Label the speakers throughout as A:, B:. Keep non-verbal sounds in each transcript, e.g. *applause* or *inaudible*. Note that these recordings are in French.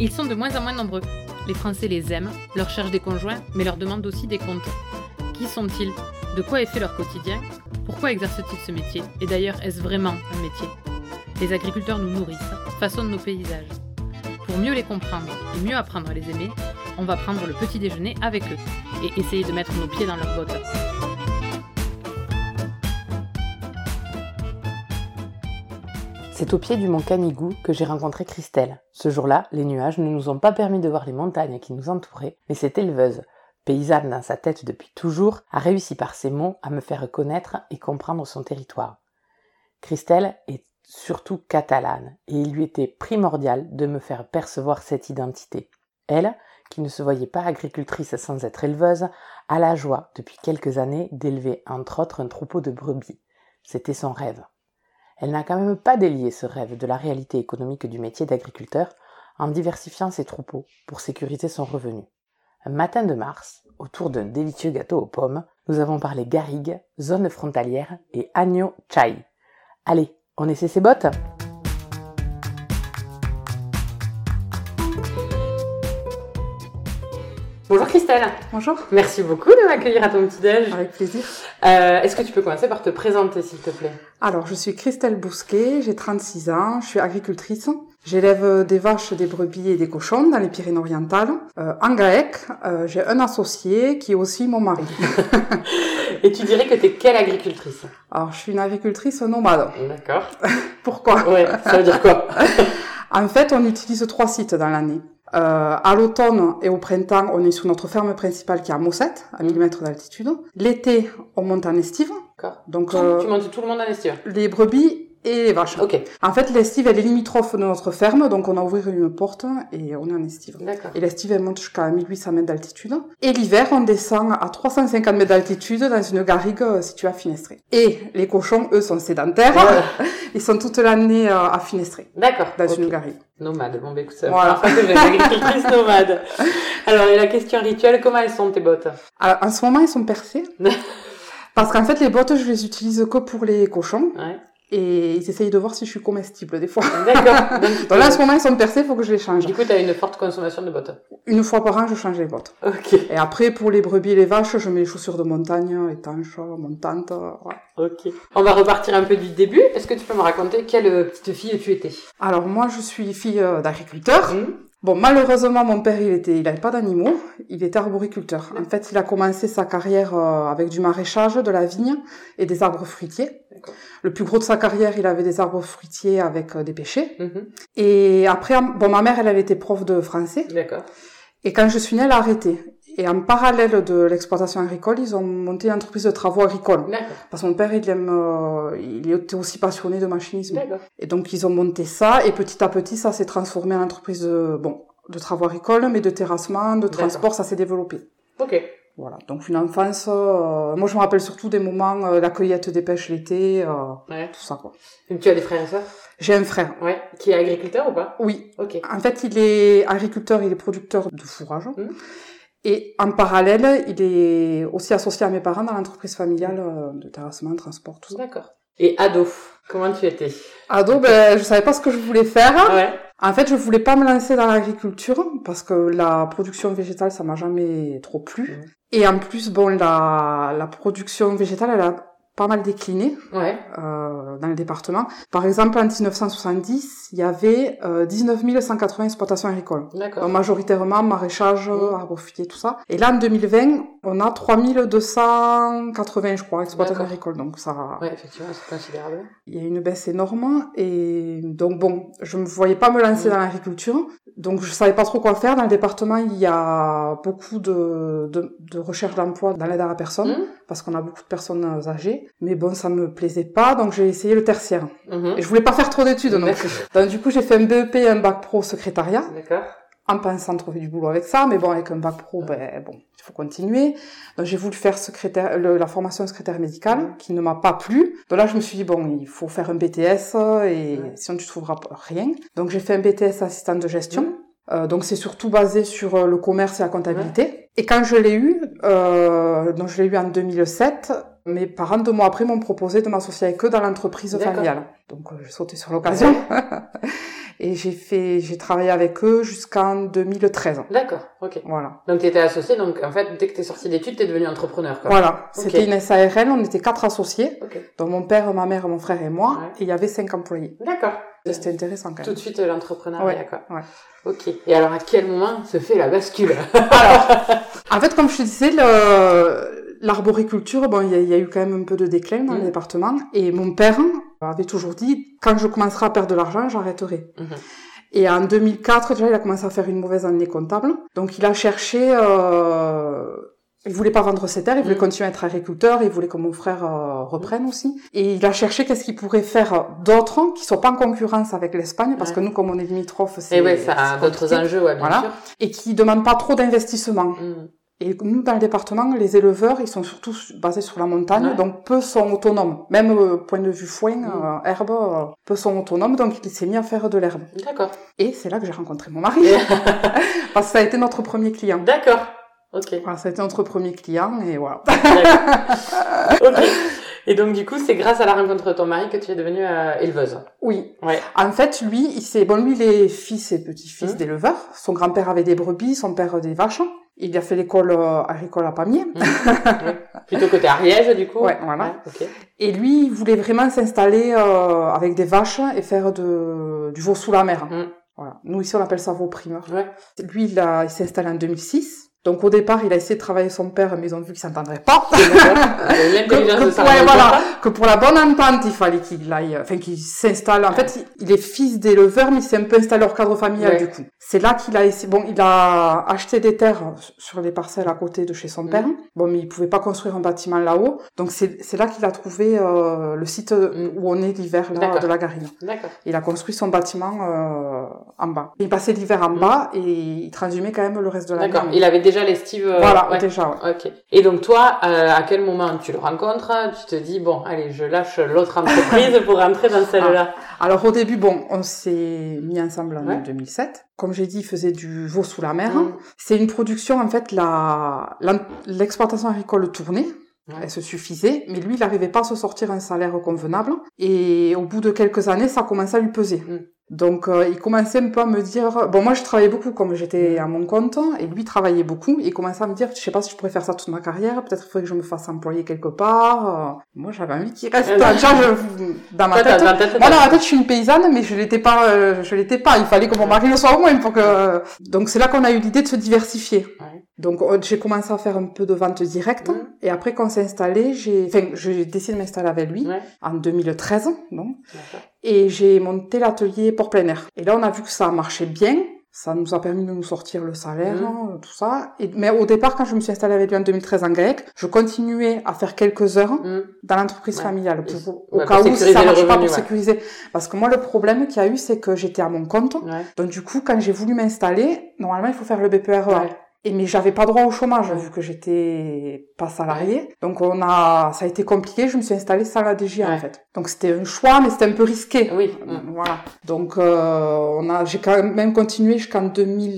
A: Ils sont de moins en moins nombreux. Les Français les aiment, leur cherchent des conjoints, mais leur demandent aussi des comptes. Qui sont-ils De quoi est fait leur quotidien Pourquoi exercent-ils ce métier Et d'ailleurs, est-ce vraiment un métier Les agriculteurs nous nourrissent, façonnent nos paysages. Pour mieux les comprendre et mieux apprendre à les aimer, on va prendre le petit déjeuner avec eux et essayer de mettre nos pieds dans leurs bottes.
B: C'est au pied du mont Canigou que j'ai rencontré Christelle. Ce jour-là, les nuages ne nous ont pas permis de voir les montagnes qui nous entouraient, mais cette éleveuse, paysanne dans sa tête depuis toujours, a réussi par ses mots à me faire connaître et comprendre son territoire. Christelle est surtout catalane, et il lui était primordial de me faire percevoir cette identité. Elle, qui ne se voyait pas agricultrice sans être éleveuse, a la joie, depuis quelques années, d'élever entre autres un troupeau de brebis. C'était son rêve. Elle n'a quand même pas délié ce rêve de la réalité économique du métier d'agriculteur en diversifiant ses troupeaux pour sécuriser son revenu. Un matin de mars, autour d'un délicieux gâteau aux pommes, nous avons parlé garrigue, zone frontalière et agneau chai. Allez, on essaie ses bottes Bonjour Christelle
C: Bonjour.
B: Merci beaucoup de m'accueillir à ton petit-déj.
C: Avec plaisir.
B: Euh, Est-ce que tu peux commencer par te présenter s'il te plaît
C: Alors, je suis Christelle Bousquet, j'ai 36 ans, je suis agricultrice. J'élève euh, des vaches, des brebis et des cochons dans les Pyrénées-Orientales. Euh, en GAEC, euh, j'ai un associé qui est aussi mon mari.
B: Et tu dirais que t'es quelle agricultrice
C: Alors, je suis une agricultrice nomade.
B: D'accord.
C: Pourquoi
B: Ouais, ça veut dire quoi
C: En fait, on utilise trois sites dans l'année. Euh, à l'automne et au printemps, on est sur notre ferme principale qui est à Mossette, à 1000 mètres d'altitude. L'été, on monte en estive.
B: D'accord.
C: Donc,
B: Tu-
C: euh,
B: Tu montes tout le monde en estive.
C: les brebis et les vaches.
B: Ok,
C: En fait, l'estive, elle est limitrophe de notre ferme, donc on a ouvert une porte et on est en estive.
B: d'accord.
C: Et l'estive, elle monte jusqu'à 1800 mètres d'altitude. Et l'hiver, on descend à 350 mètres d'altitude dans une garrigue euh, située à Finestré. Et les cochons, eux, sont sédentaires. *laughs* Ils sont toute l'année euh, à Finestré,
B: D'accord.
C: dans
B: ok.
C: une garrigue.
B: Nomade, bon, bah écoute, ça
C: Voilà.
B: voilà. que j'ai une agricultrice nomade. Alors, et la question rituelle, comment elles sont tes bottes
C: Alors, en ce moment, ils sont percés. Parce qu'en fait, les bottes, je les utilise que pour les cochons.
B: Ouais.
C: Et ils essayent de voir si je suis comestible, des fois.
B: D'accord. Donc, tu
C: Donc là, en ce
B: peux-
C: moment, ils sont percés, il faut que je les change.
B: du coup, t'as une forte consommation de bottes.
C: Une fois par an, je change les bottes.
B: Ok,
C: Et après, pour les brebis et les vaches, je mets les chaussures de montagne, étanches, montantes. ouais.
B: ok. On va repartir un peu du début. Est-ce que tu peux me raconter quelle euh, petite fille tu étais
C: Alors moi, je suis fille euh, d'agriculteur.
B: Hmm
C: Bon, malheureusement, mon père, il était, il n'avait pas d'animaux. Il était arboriculteur. En fait, il a commencé sa carrière euh, avec du maraîchage, de la vigne et des arbres fruitiers.
B: D'accord.
C: Le plus gros de sa carrière, il avait des arbres fruitiers avec euh, des pêchers.
B: Mhm.
C: Et après, bon, ma mère, elle, elle était prof de français.
B: D'accord.
C: Et quand je suis née, elle a arrêté. Et en parallèle de l'exploitation agricole, ils ont monté une entreprise de travaux agricoles.
B: D'accord.
C: Parce que mon père, il aime, euh, il était aussi passionné de machinisme.
B: D'accord.
C: Et donc, ils ont monté ça, et petit à petit, ça s'est transformé en entreprise de, bon, de travaux agricoles, mais de terrassement, de
B: D'accord.
C: transport, ça s'est développé.
B: Ok.
C: Voilà. Donc, une enfance, euh, moi, je me rappelle surtout des moments, euh, la cueillette des pêches l'été, euh,
B: Ouais.
C: tout ça, quoi.
B: Et tu as des frères et sœurs
C: J'ai un frère.
B: Ouais. Qui est agriculteur ou pas
C: Oui.
B: Ok.
C: En fait, il est agriculteur, il est producteur de fourrage.
B: Mhm.
C: Et en parallèle, il est aussi associé à mes parents dans l'entreprise
B: Mmh.
C: familiale euh, de terrassement, transport, tout ça.
B: D'accord. Et ado, comment tu étais
C: Ado, ben, je savais pas ce que je voulais faire.
B: Ouais.
C: En fait, je voulais pas me lancer dans l'agriculture parce que la production végétale, ça m'a jamais trop plu.
B: Mhm.
C: Et en plus, bon, la, la production végétale, elle a pas mal décliné
B: Ouais.
C: euh, dans le département. Par exemple, en 1970, il y avait euh, 19 180 exploitations agricoles.
B: D'accord.
C: Donc, majoritairement maraîchage,
B: Mhm.
C: arbres fruitiers, tout ça. Et là, en 2020, on a 3280, je crois, exploitations
B: D'accord.
C: agricoles. Donc ça,
B: Ouais, effectivement, c'est considérable.
C: il y a une baisse énorme et donc bon, je me voyais pas me lancer
B: Mm.
C: dans l'agriculture, donc je savais pas trop quoi faire. Dans le département, il y a beaucoup de, de, de recherche d'emploi dans l'aide à la personne
B: Mm.
C: parce qu'on a beaucoup de personnes âgées, mais bon, ça me plaisait pas, donc j'ai essayé le tertiaire.
B: Mhm.
C: Et je voulais pas faire trop d'études, non.
B: D'accord.
C: Donc du coup, j'ai fait un BEP, un bac pro secrétariat
B: D'accord.
C: en pensant trouver du boulot avec ça, mais bon, avec un bac pro, ben bon, il faut continuer. Donc j'ai voulu faire secrétaire, le- la formation secrétaire médicale,
B: Mhm.
C: qui ne m'a pas plu. Donc là, je me suis dit, bon, il faut faire un BTS, euh, et
B: Ouais.
C: sinon tu trouveras pas- rien. Donc j'ai fait un BTS assistante de gestion. Euh, donc c'est surtout basé sur euh, le commerce et la comptabilité. Et quand je l'ai eu, euh, donc je l'ai eu en 2007, mes parents deux mois après m'ont proposé de m'associer avec eux dans l'entreprise
B: D'accord.
C: familiale. Donc euh, j'ai sauté sur l'occasion. Et j'ai fait, j'ai travaillé avec eux jusqu'en 2013.
B: D'accord, ok.
C: Voilà.
B: Donc, tu étais associé, donc en fait, dès que tu es sorti d'études, tu es devenu entrepreneur. Quoi.
C: Voilà. C'était une SARL, on était quatre associés.
B: Ok.
C: Donc mon père, ma mère, mon frère et moi.
B: Ouais.
C: Et il y avait cinq employés.
B: D'accord.
C: C'était intéressant quand
B: Tout
C: même.
B: de suite, euh, l'entrepreneuriat,
C: Ouais,
B: quoi.
C: ouais.
B: Ok. Et alors, à quel moment se fait la bascule
C: En fait, comme je te disais, le- l'arboriculture, bon, il y, a- il y a eu quand même un peu de déclin dans
B: Mhm.
C: le département. Et mon père avait toujours dit, quand je commencerai à perdre de l'argent, j'arrêterai.
B: Mhm.
C: Et en 2004, déjà, il a commencé à faire une mauvaise année comptable. Donc, il a cherché... Euh... Il voulait pas vendre ses terres, il voulait
B: Mhm.
C: continuer à être agriculteur, il voulait que mon frère euh, reprenne aussi. Et il a cherché qu'est-ce qu'il pourrait faire d'autre qui soit pas en concurrence avec l'Espagne, parce
B: Ouais.
C: que nous, comme on est limitrophes, *laughs* c'est
B: Et Eh ouais, ça a
C: c'est
B: d'autres
C: compliqué.
B: enjeux, ouais, bien
C: Voilà. Et qui demande pas trop d'investissement.
B: sûr. Mm.
C: Et nous, dans le département, les éleveurs, ils sont surtout su- basés sur la montagne,
B: Ouais.
C: donc peu sont autonomes. Même euh, point de vue foin,
B: Mm.
C: euh, herbe, euh, peu sont autonomes, donc il s'est mis à faire de l'herbe.
B: D'accord.
C: Et c'est là que j'ai rencontré mon mari, *laughs* parce que ça a été notre premier client.
B: D'accord. Ok.
C: Voilà, ça a été notre premier client, et voilà. *laughs*
B: D'accord. *laughs* ok. Et donc, du coup, c'est grâce à la rencontre de ton mari que tu es devenue euh, éleveuse.
C: Oui.
B: Ouais.
C: En fait, lui, il s'est, bon, lui, il est fils et petit-fils
B: Mm.
C: d'éleveurs. Son grand-père avait des brebis, son père euh, des vaches. Il a fait l'école euh, agricole à Pamiers.
B: Plutôt côté Ariège, du coup.
C: Ouais, voilà.
B: ok. Euh,
C: Et lui, il voulait vraiment s'installer euh, avec des vaches et faire de, du veau sous la mer.
B: Mm.
C: Voilà. Nous, ici, on appelle ça veau primeur.
B: Ouais.
C: Lui, il, a- il s'est installé en 2006. Donc, au départ, il a essayé de travailler son père, mais ils ont vu qu'il s'entendrait
B: *laughs*
C: pas.
B: L'intelligence de
C: Que-
B: ça.
C: ouais, voilà. que pour la bonne entente, il fallait qu'il aille, enfin, qu'il s'installe. En fait, il, il est fils d'éleveur, mais il s'est un peu installé hors cadre familial,
B: Ouais.
C: du coup. C'est là qu'il a essayé, bon, il a acheté des terres sur les parcelles à côté de chez son
B: Mhm.
C: père. Bon, mais il pouvait pas construire un bâtiment là-haut. Donc, c'est c'est là qu'il a trouvé euh, le site
B: Mhm.
C: où on est l'hiver, là,
B: D'accord.
C: de la Garine.
B: D'accord.
C: Il a construit son bâtiment euh, en bas. Il passait l'hiver en
B: Mhm.
C: bas et il transhumait quand même le reste de l'année.
B: D'accord. Il avait déjà les Steve. euh,
C: Voilà,
B: ouais.
C: déjà, ouais.
B: Ok. Et donc toi, euh, à quel moment tu le rencontres Tu te dis bon, allez, je lâche
C: *laughs*
B: l'autre entreprise pour rentrer dans celle-là.
C: Alors au début, bon, on s'est mis ensemble en
B: Ouais.
C: 2007. Comme j'ai dit, il faisait du veau sous la mer.
B: Mm.
C: C'est une production, en fait, la- l'en- l'exploitation agricole tournait.
B: Ouais.
C: Elle se suffisait, mais lui, il n'arrivait pas à se sortir un salaire convenable. Et au bout de quelques années, ça commençait à lui peser.
B: Mm.
C: Donc, euh, il commençait un peu à me dire... Bon, moi, je travaillais beaucoup comme j'étais
B: Mm.
C: à mon compte, et lui travaillait beaucoup. Et il commençait à me dire, je sais pas si je pourrais faire ça toute ma carrière, peut-être il faudrait que je me fasse employer quelque part. Euh, moi, j'avais envie qu'il reste...
B: Euh,
C: Déjà, je- dans ma
B: Toi, t'as- t'as-
C: tête,
B: t'as-
C: moi, dans
B: t'as-
C: ma Bah tête, je suis une paysanne, mais je l'étais pas, euh, je l'étais pas. Il fallait que mon mari le soit au moins pour que. euh, Donc, c'est là qu'on a eu l'idée de se diversifier.
B: Ouais.
C: Donc, on- j'ai commencé à faire un peu de vente directe.
B: Mhm.
C: Et après qu'on s'est installé, j'ai, enfin, j'ai décidé de m'installer avec lui
B: Ouais.
C: en 2013, donc.
B: D'accord.
C: Et j'ai monté l'atelier pour plein air. Et là, on a vu que ça marchait bien. Ça nous a permis de nous sortir le salaire,
B: Mhm.
C: hein, tout ça. Et, mais au départ, quand je me suis installée avec lui en 2013 en grec, je continuais à faire quelques heures
B: Mm.
C: dans l'entreprise
B: Ouais.
C: familiale
B: Et-
C: pour,
B: ouais,
C: au
B: pour
C: cas où
B: sécuriser
C: ça
B: le
C: marche pas
B: revenu,
C: pour
B: ouais.
C: sécuriser parce que moi le problème qu'il y a eu c'est que j'étais à mon compte
B: Ouais.
C: donc du coup quand j'ai voulu m'installer normalement il faut faire le BPRE
B: Ouais.
C: E et mais j'avais pas droit au chômage
B: Ouais.
C: vu que j'étais pas salariée donc on a ça a été compliqué je me suis installée sans la DGA
B: Ouais.
C: en fait donc c'était un choix mais c'était un peu risqué
B: Oui. Mm.
C: voilà. Donc, euh, on a, j'ai quand même continué jusqu'en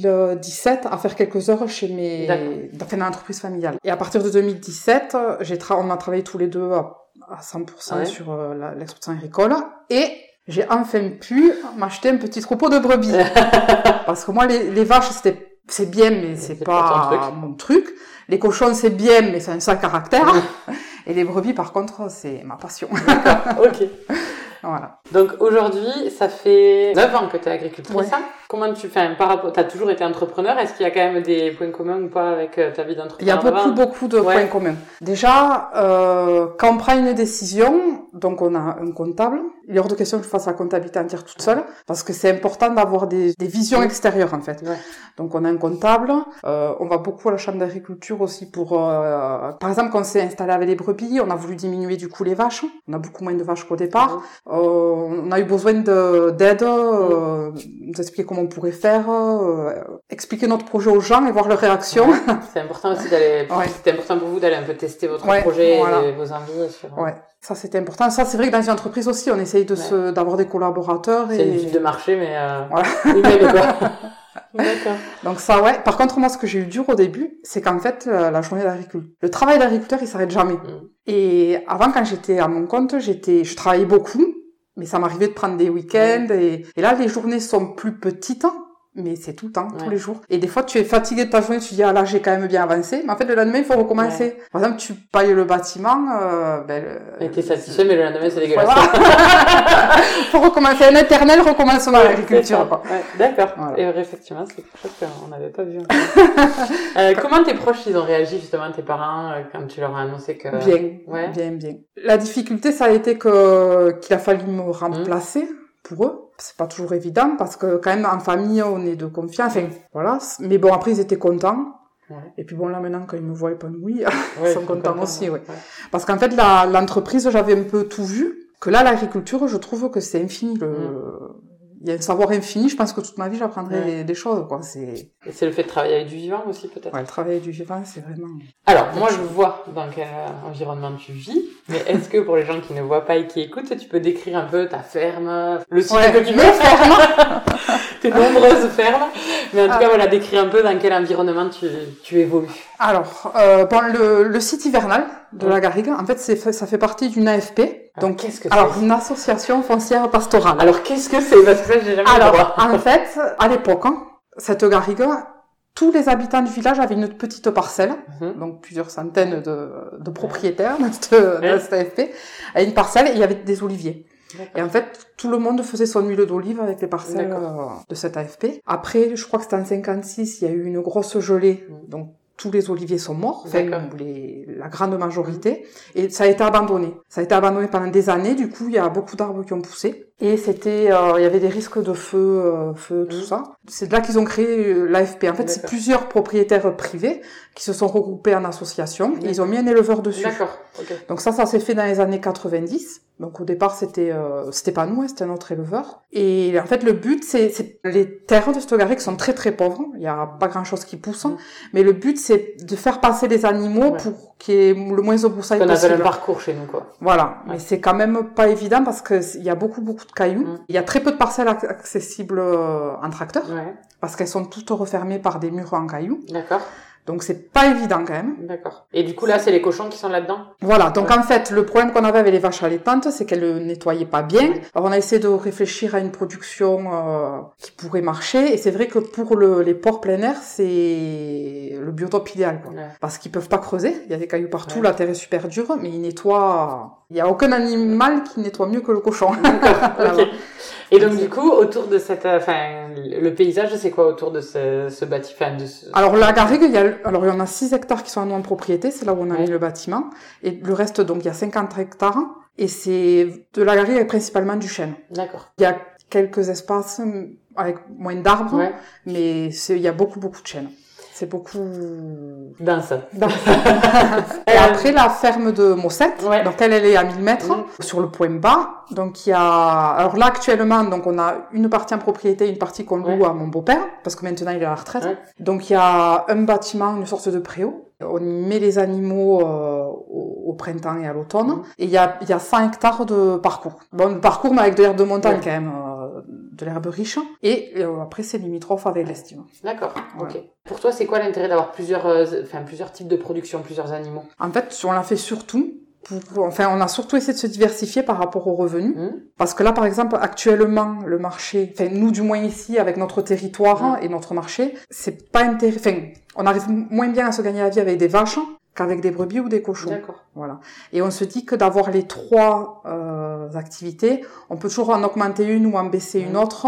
C: 2017 à faire quelques heures chez mes,
B: D'accord.
C: dans dans l'entreprise familiale. Et à partir de 2017, euh, j'ai tra- on a travaillé tous les deux à, à 100%
B: Ouais.
C: sur euh, la- l'exploitation agricole et j'ai enfin pu m'acheter un petit troupeau de brebis.
B: *laughs*
C: Parce que moi, les, les vaches, c'était c'est bien, mais c'est
B: C'est pas
C: pas,
B: ton truc.
C: mon truc. Les cochons, c'est bien, mais c'est un sale caractère. Et les brebis, par contre, c'est ma passion. *laughs*
B: Ok.
C: voilà.
B: Donc aujourd'hui, ça fait 9 ans que tu es agricultrice.
C: Ouais.
B: hein Comment tu fais par rapport t'as toujours été entrepreneur Est-ce qu'il y a quand même des points communs ou pas avec euh, ta vie
C: Il y a
B: d'entrepreneur
C: beaucoup,
B: d'avant
C: beaucoup de
B: Ouais.
C: points communs. Déjà, euh, quand on prend une décision, donc on a un comptable, il est hors de question que je fasse la comptabilité entière toute seule, parce que c'est important d'avoir des, des visions
B: Oui.
C: extérieures en fait.
B: Ouais.
C: Donc on a un comptable, euh, on va beaucoup à la chambre d'agriculture aussi pour... euh, par exemple, quand on s'est installé avec les brebis, on a voulu diminuer du coup les vaches, on a beaucoup moins de vaches qu'au départ, euh, on a eu besoin de- d'aide, euh, nous expliquer comment on pourrait faire, euh, expliquer notre projet aux gens et voir leur réaction.
B: C'est important aussi d'aller.
C: Ouais.
B: C'était important pour vous d'aller un peu tester votre
C: Ouais,
B: projet, et
C: voilà.
B: de- vos envies. Sur...
C: Ouais, ça c'était important. Ça c'est vrai que dans une entreprise aussi, on essaye de se d'avoir des collaborateurs
B: C'est une
C: et
B: étude de marché, mais euh...
C: Voilà.
B: *laughs* humaine
C: *laughs*
B: quoi. D'accord.
C: donc ça ouais. Par contre moi ce que j'ai eu dur au début, c'est qu'en fait euh, la journée d'agriculteur, le travail d'agriculteur il s'arrête jamais.
B: Mm.
C: Et avant quand j'étais à mon compte, j'étais je travaillais beaucoup. Mais ça m'arrivait de prendre des week-ends
B: Mm.
C: et, et là les journées sont plus petites, hein, mais c'est tout le temps, tous
B: Ouais.
C: les jours. Et des fois tu es fatigué de ta journée, tu te dis ah là j'ai quand même bien avancé, mais en fait le lendemain il faut recommencer. Par exemple tu pailles le bâtiment, euh, ben, le-
B: Et t'es satisfait, mais le lendemain, c'est dégueulasse.
C: Voilà.
B: *laughs*
C: faut recommencer un éternel recommencement à
B: C'est ça.
C: l'agriculture. quoi.
B: Ouais, D'accord.
C: Voilà.
B: Et effectivement, c'est quelque chose qu'on n'avait pas vu.
C: *laughs*
B: encore. euh, comment tes proches, ils ont réagi justement, tes parents, euh, quand tu leur as annoncé que...
C: Bien,
B: Euh, ouais.
C: bien, bien. La difficulté, ça a été que qu'il a fallu me remplacer pour eux. C'est pas toujours évident parce que quand même en famille, on est de confiance. Enfin,
B: Mm.
C: voilà. Mais bon, après ils étaient contents.
B: Ouais.
C: Et puis bon, là maintenant, quand ils me voient épanouie,
B: Ouais,
C: sont contents aussi, ouais.
B: ouais.
C: *laughs* parce qu'en fait, la- l'entreprise, j'avais un peu tout vu. Que là, l'agriculture, je trouve que c'est infini. Le... Il y a un savoir infini. Je pense que toute ma vie, j'apprendrai
B: Mm. Ouais.
C: des, des choses. Quoi. C'est
B: Et c'est le fait de travailler avec du vivant aussi, peut-être.
C: ouais, le travail du vivant, c'est vraiment.
B: Alors, moi, je vois dans quel euh, environnement tu vis, mais est-ce que pour les gens qui ne voient pas et qui écoutent, tu peux décrire un peu ta ferme, le site
C: Ouais,
B: que tu
C: mes
B: veux *laughs* Tes nombreuses fermes. Mais en tout
C: Ah.
B: cas, voilà, décrire un peu dans quel environnement tu, tu évolues.
C: Alors, euh, bon, le, le site hivernal de
B: Ouais.
C: la Garrigue, en fait, c'est, ça fait partie d'une AFP.
B: Donc,
C: Donc,
B: qu'est-ce que
C: Ah. alors,
B: c'est
C: une association foncière pastorale.
B: Alors, qu'est-ce que c'est Parce que ça, j'ai jamais eu le
C: Alors, ah.
B: droit.
C: en fait, à l'époque, hein, cette Garrigue, tous les habitants du village avaient une petite parcelle,
B: Mhm.
C: donc plusieurs centaines de, de propriétaires de, cette- de
B: Ouais.
C: cette AFP, à une parcelle, et il y avait des oliviers. Et en fait, tout le monde faisait son huile d'olive avec les parcelles euh, de cette AFP. Après, je crois que c'était en 56, il y a eu une grosse gelée.
B: Mm.
C: Donc, tous les oliviers sont morts, enfin,
B: D'accord.
C: ou les- la grande majorité, et ça a été abandonné. Ça a été abandonné pendant des années, du coup, il y a beaucoup d'arbres qui ont poussé, et c'était, euh, il y avait des risques de feu, euh, feu, tout
B: Mm.
C: ça. C'est de là qu'ils ont créé euh, l'AFP. En fait, c'est
B: D'accord.
C: plusieurs propriétaires privés qui se sont regroupés en association, et ils ont mis un éleveur dessus.
B: D'accord, ok.
C: Donc ça, ça s'est fait dans les années 90. Donc au départ, c'était euh, c'était pas nous, hein, c'était un autre éleveur. Et en fait, le but, c'est c'est- les terres de Stogaric sont très très pauvres. Il y a pas grand chose qui pousse, hein. mais le but, c'est de faire passer les animaux
B: Mm. Ouais.
C: pour qu'il y ait le moins de
B: Ce
C: broussailles
B: qu'on appelle
C: possible.
B: un parcours chez nous, quoi.
C: Voilà,
B: Ouais.
C: mais c'est quand même pas évident parce que c'est- il y a beaucoup beaucoup de cailloux.
B: Mm.
C: Il y a très peu de parcelles ac- accessibles euh, en tracteur
B: Ouais,
C: parce qu'elles sont toutes refermées par des murs en cailloux.
B: d'accord,
C: Donc c'est pas évident quand même.
B: d'accord. Et du coup, là, c'est les cochons qui sont là-dedans
C: Voilà, donc
B: Ouais.
C: en fait, le problème qu'on avait avec les vaches allaitantes, c'est qu'elles ne nettoyaient pas bien.
B: Ouais.
C: Alors on a essayé de réfléchir à une production euh, qui pourrait marcher, et c'est vrai que pour le- les porcs plein air, c'est le biotope idéal. quoi.
B: Ouais.
C: Parce qu'ils peuvent pas creuser, il y a des cailloux partout,
B: Ouais.
C: la terre est super dure, mais ils nettoient... Il y a aucun animal qui nettoie mieux que le cochon.
B: D'accord,
C: Voilà.
B: ok. Et donc, du coup, autour de cette... euh, Enfin, le paysage, c'est quoi autour de ce, ce bâti... Enfin, de ce...
C: *laughs* Alors la garrigue, il y a, alors il y en a 6 hectares qui sont en non-propriété, c'est là où on a
B: Ouais.
C: mis le bâtiment, et le reste, donc il y a 50 hectares, et c'est de la garrigue et principalement du chêne.
B: D'accord,
C: Il y a quelques espaces hum, avec moins d'arbres,
B: ouais.
C: mais c'est- il y a beaucoup, beaucoup de chênes. C'est beaucoup...
B: Dans ça.
C: Et après, la ferme de Mossette,
B: Euh, Ouais.
C: donc elle, elle est à 1000 mètres,
B: Mhm.
C: sur le point bas. Donc il y a... Alors là, actuellement, donc on a une partie en propriété, une partie qu'on loue
B: Ouais.
C: à mon beau-père, parce que maintenant, il est à la retraite.
B: Ouais.
C: Donc il y a un bâtiment, une sorte de préau. On y met les animaux euh, au, au printemps et à l'automne.
B: Mhm.
C: Et il y a, il y a 100 hectares de parcours. Bon, de parcours, mais avec de l'herbe de montagne
B: Ouais.
C: quand même, euh, de l'herbe riche. Et euh, après, c'est limitrophe avec l'estime.
B: D'accord,
C: Voilà.
B: ok. Pour toi, c'est quoi l'intérêt d'avoir plusieurs, euh, enfin, plusieurs types de production, plusieurs animaux
C: En fait, on l'a fait surtout pour, enfin, on a surtout essayé de se diversifier par rapport aux revenus.
B: Hmm
C: Parce que là, par exemple, actuellement, le marché, enfin, nous, du moins ici, avec notre territoire
B: Mm.
C: hein, et notre marché, c'est pas intéressant. Enfin, on arrive m- moins bien à se gagner la vie avec des vaches qu'avec des brebis ou des cochons.
B: D'accord.
C: Voilà. Et on se dit que d'avoir les trois euh, activités, on peut toujours en augmenter une ou en baisser une
B: Mm.
C: autre.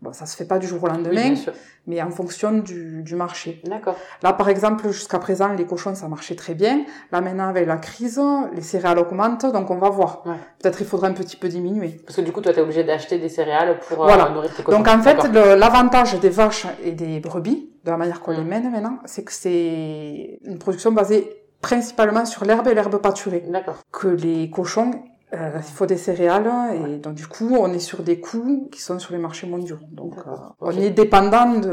C: Bon, ça se fait pas du jour au
B: Oui,
C: lendemain,
B: bien sûr.
C: mais en fonction du, du marché.
B: D'accord.
C: Là, par exemple, jusqu'à présent, les cochons, ça marchait très bien. Là, maintenant, avec la crise, les céréales augmentent, donc on va voir.
B: Ouais.
C: Peut-être il faudra un petit peu diminuer.
B: Parce que du coup, toi, t'es obligé d'acheter des céréales pour euh,
C: Voilà.
B: nourrir tes cochons.
C: donc, en fait,
B: D'accord.
C: le- l'avantage des vaches et des brebis, de la manière qu'on
B: Mm.
C: les mène maintenant, c'est que c'est une production basée principalement sur l'herbe et l'herbe pâturée.
B: D'accord.
C: Que les cochons, euh, il faut des céréales, et donc, du coup, on est sur des coûts qui sont sur les marchés mondiaux. Donc, euh,
B: D'accord.
C: on
B: Ok.
C: est dépendant de...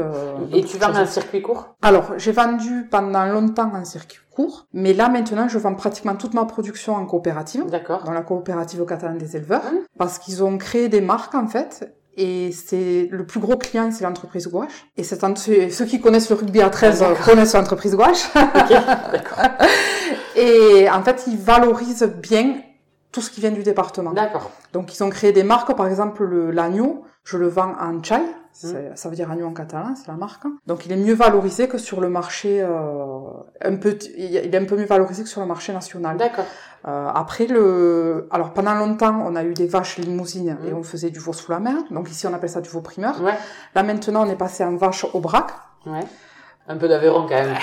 B: Et
C: de
B: tu
C: toutes
B: vends
C: choses.
B: un circuit court
C: Alors, j'ai vendu pendant longtemps en circuit court, mais là maintenant, je vends pratiquement toute ma production en coopérative,
B: D'accord.
C: dans la coopérative catalane des éleveurs,
B: Mhm.
C: parce qu'ils ont créé des marques en fait. Et c'est le plus gros client, c'est l'entreprise Gouache. Et c'est un- c'est- ceux qui connaissent le rugby à 13
B: Ah,
C: euh, connaissent
B: *laughs*
C: l'entreprise Gouache.
B: Ok, d'accord.
C: Et en fait, ils valorisent bien tout ce qui vient du département.
B: D'accord.
C: Donc ils ont créé des marques, par exemple le- l'agneau, je le vends en
B: Hein
C: chai, c'est- ça veut dire agneau en catalan, c'est la marque. hein. Donc il est mieux valorisé que sur le marché, euh, un peu, il est un peu mieux valorisé que sur le marché national.
B: D'accord.
C: Euh, après le, alors pendant longtemps on a eu des vaches limousines
B: Mhm.
C: et on faisait du veau sous la mer, donc ici on appelle ça du veau primeur.
B: Ouais.
C: Là maintenant on est passé en vache au braque.
B: Ouais. Un peu d'Aveyron quand même.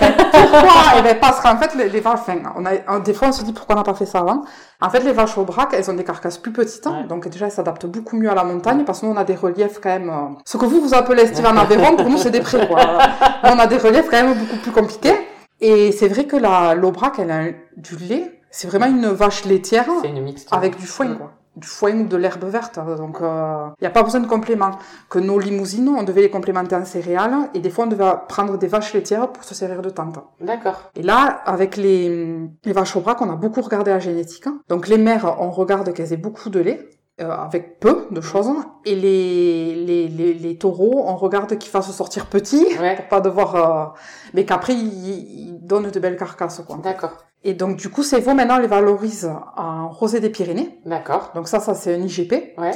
B: *laughs*
C: Pourquoi Eh ben parce qu'en fait les, les vaches, enfin, on a, on- des fois on se dit pourquoi on n'a pas fait ça avant. En fait les vaches au braque, elles ont des carcasses plus petites, hein,
B: Ouais.
C: donc déjà elles s'adaptent beaucoup mieux à la montagne parce que nous on a des reliefs quand même. euh, ce que vous vous appelez estival en Aveyron, pour nous c'est des prés
B: *laughs*
C: quoi. Nous, on a des reliefs quand même beaucoup plus compliqués. Et c'est vrai que la l'aubrac, elle a un- du lait. C'est vraiment une vache laitière
B: C'est une mixte.
C: avec du foin,
B: Mm.
C: quoi. Du foin ou de l'herbe verte. hein. Donc, il n'y a pas besoin de compléments. Que nos limousines, on devait les complémenter en céréales. Et des fois, on devait prendre des vaches laitières pour se servir de tente.
B: D'accord.
C: Et là, avec les, les vaches au braque, on a beaucoup regardé la génétique. hein. Donc, les mères, on regarde qu'elles aient beaucoup de lait. euh, avec peu de choses hein. et les, les, les, les taureaux on regarde qu'ils fassent sortir petits
B: Ouais.
C: *laughs* pour pas devoir euh, mais qu'après ils, ils donnent de belles carcasses quoi
B: D'accord.
C: et donc du coup ces veaux maintenant on les valorise en rosé des Pyrénées
B: D'accord.
C: donc ça, ça c'est un IGP.
B: Ouais.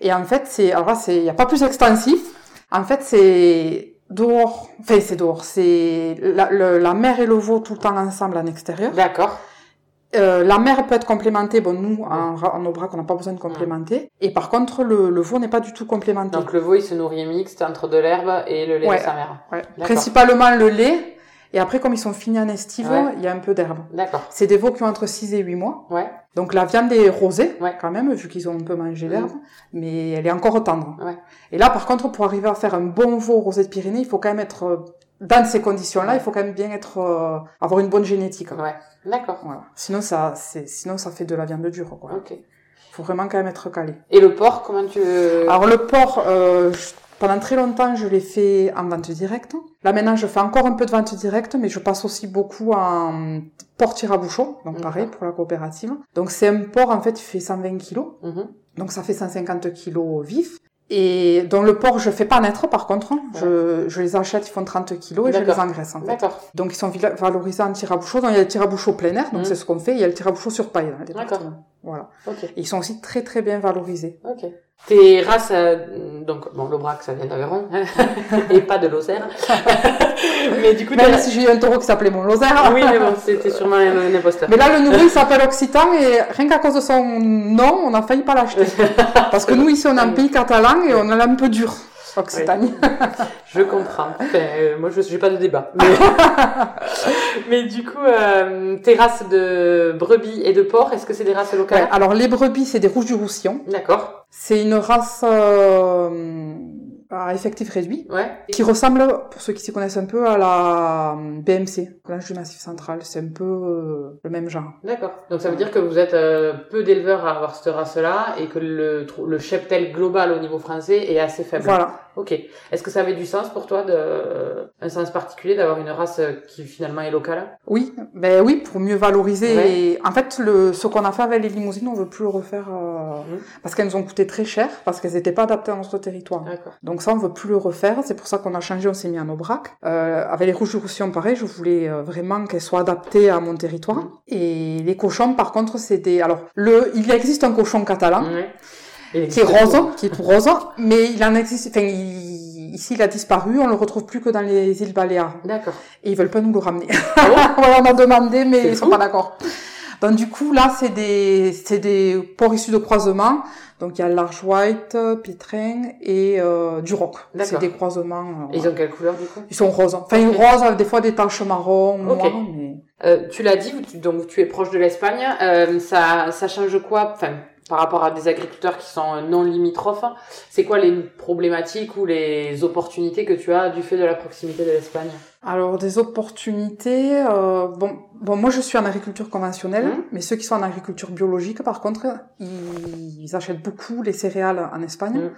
C: Et en fait, c'est, alors là, c'est, il n'y a pas plus extensif. En fait, c'est dehors, enfin c'est dehors, c'est la, le- la mère et le veau tout le temps ensemble en extérieur.
B: D'accord.
C: Euh, la mère peut être complémentée, bon nous, en, ra- en aubrac, on n'a pas besoin de complémenter. Et par contre, le, le veau n'est pas du tout complémenté.
B: Donc le veau il se nourrit mixte entre de l'herbe et le lait
C: Ouais.
B: de sa mère.
C: Ouais.
B: d'accord.
C: Principalement le lait, et après comme ils sont finis en estive, il
B: Ouais.
C: y a un peu d'herbe.
B: D'accord.
C: C'est des veaux qui ont entre 6 et 8 mois.
B: Ouais.
C: Donc la viande est rosée,
B: Ouais.
C: quand même, vu qu'ils ont un peu mangé
B: Mhm.
C: l'herbe, mais elle est encore tendre.
B: Ouais.
C: Et là, par contre, pour arriver à faire un bon veau rosé de Pyrénées, il faut quand même être, euh, dans ces conditions-là, il faut quand même bien être, euh, avoir une bonne génétique.
B: Ouais. D'accord.
C: Voilà. Sinon, ça, c'est, sinon, ça fait de la viande dure, quoi.
B: Ok.
C: Faut vraiment quand même être calé.
B: Et le porc comment tu le-
C: Alors, le porc, euh, je- pendant très longtemps, je l'ai fait en vente directe. Là, maintenant, je fais encore un peu de vente directe, mais je passe aussi beaucoup en porc à bouchon. Donc, pareil, pour la coopérative. Donc, c'est un porc, en fait, il fait 120 kilos.
B: Mhm.
C: Donc ça fait 150 kilos vifs. Et dans le porc, je fais pas naître par contre. hein. Je, je les achète, ils font 30 kilos et je les
B: D'accord.
C: engraisse en fait.
B: D'accord.
C: Donc ils sont vila- valorisés en tir à bouchon. Donc il y a le tir à bouchon plein air, donc
B: Mhm.
C: c'est ce qu'on fait. Il y a le tir à bouchon sur paille. dans les
B: D'accord.
C: départements. Voilà.
B: Ok.
C: Et ils sont aussi très très bien valorisés.
B: Ok. Tes races, euh, donc, bon, l'Aubrac, ça vient d'Aveyron, hein, et
C: *laughs*
B: pas de l'Auxerre. mais du coup, t'as-
C: Même si j'ai eu un taureau qui s'appelait mon Lozère.
B: oui, mais bon, c'était sûrement un, un imposteur.
C: *laughs* Mais là, le nouveau, il s'appelle Occitan et rien qu'à cause de son nom, on a failli
B: *laughs*
C: pas l'acheter. Parce que nous, ici, on est en pays catalan et on l'a un peu dur. Occitanie.
B: Je comprends. Enfin, euh, moi, je n'ai pas de débat.
C: *laughs*
B: Mais, mais du coup, euh, tes races de brebis et de porc, est-ce que c'est des races
C: Ouais,
B: locales
C: *laughs* Alors, les brebis, c'est des rouges du Roussillon.
B: D'accord.
C: C'est une race euh, à effectif réduit
B: Ouais.
C: qui ressemble, pour ceux qui s'y connaissent un peu, à la euh, BMC, Blanche du Massif Central. C'est un peu euh, le même genre.
B: D'accord. Donc, ça veut dire que vous êtes euh, peu d'éleveurs à avoir cette race-là et que le, trou- le cheptel global au niveau français est assez faible.
C: Voilà.
B: Ok. Est-ce que ça avait du sens pour toi, de... euh, un sens particulier d'avoir une race euh, qui finalement est locale
C: Oui, ben oui, pour mieux valoriser.
B: Ouais.
C: Et en fait, le, ce qu'on a fait avec les limousines, on veut plus le refaire euh,
B: Mhm.
C: parce qu'elles nous ont coûté très cher, parce qu'elles n'étaient pas adaptées à notre territoire.
B: D'accord.
C: Donc ça, on veut plus le refaire. C'est pour ça qu'on a changé, on s'est mis en aubrac. Euh, avec les rouges roussillons, pareil, je voulais euh, vraiment qu'elles soient adaptées à mon territoire. Et les cochons, par contre, c'est des... Alors, le... il existe un cochon catalan,
B: Ouais. Et
C: qui est rose, hein. qui est tout rose, mais il en existe... Enfin, il- ici, il a disparu, on le retrouve plus que dans les îles Baléares.
B: D'accord.
C: Et ils veulent pas nous le ramener.
B: Ah
C: *laughs* voilà, on a demandé, mais
B: C'est
C: ils sont
B: fou.
C: pas d'accord. Donc du coup, là, c'est des, c'est des porcs issus de croisements. Donc il y a large white, pitrin et euh, du rock.
B: D'accord.
C: C'est des croisements. euh,
B: Et ils ont quelle couleur du coup
C: ils sont roses. Enfin, ils
B: Ok.
C: roses, avec des fois des taches marron,
B: Ok.
C: noires, mais...
B: Euh, Tu l'as dit, tu- donc tu es proche de l'Espagne. Euh, ça, ça change quoi enfin, par rapport à des agriculteurs qui sont euh, non limitrophes C'est quoi les problématiques ou les opportunités que tu as du fait de la proximité de l'Espagne
C: Alors, des opportunités... euh, bon, bon, moi, je suis en agriculture conventionnelle,
B: Mhm.
C: mais ceux qui sont en agriculture biologique, par contre, ils, ils achètent beaucoup les céréales en Espagne,
B: Mhm.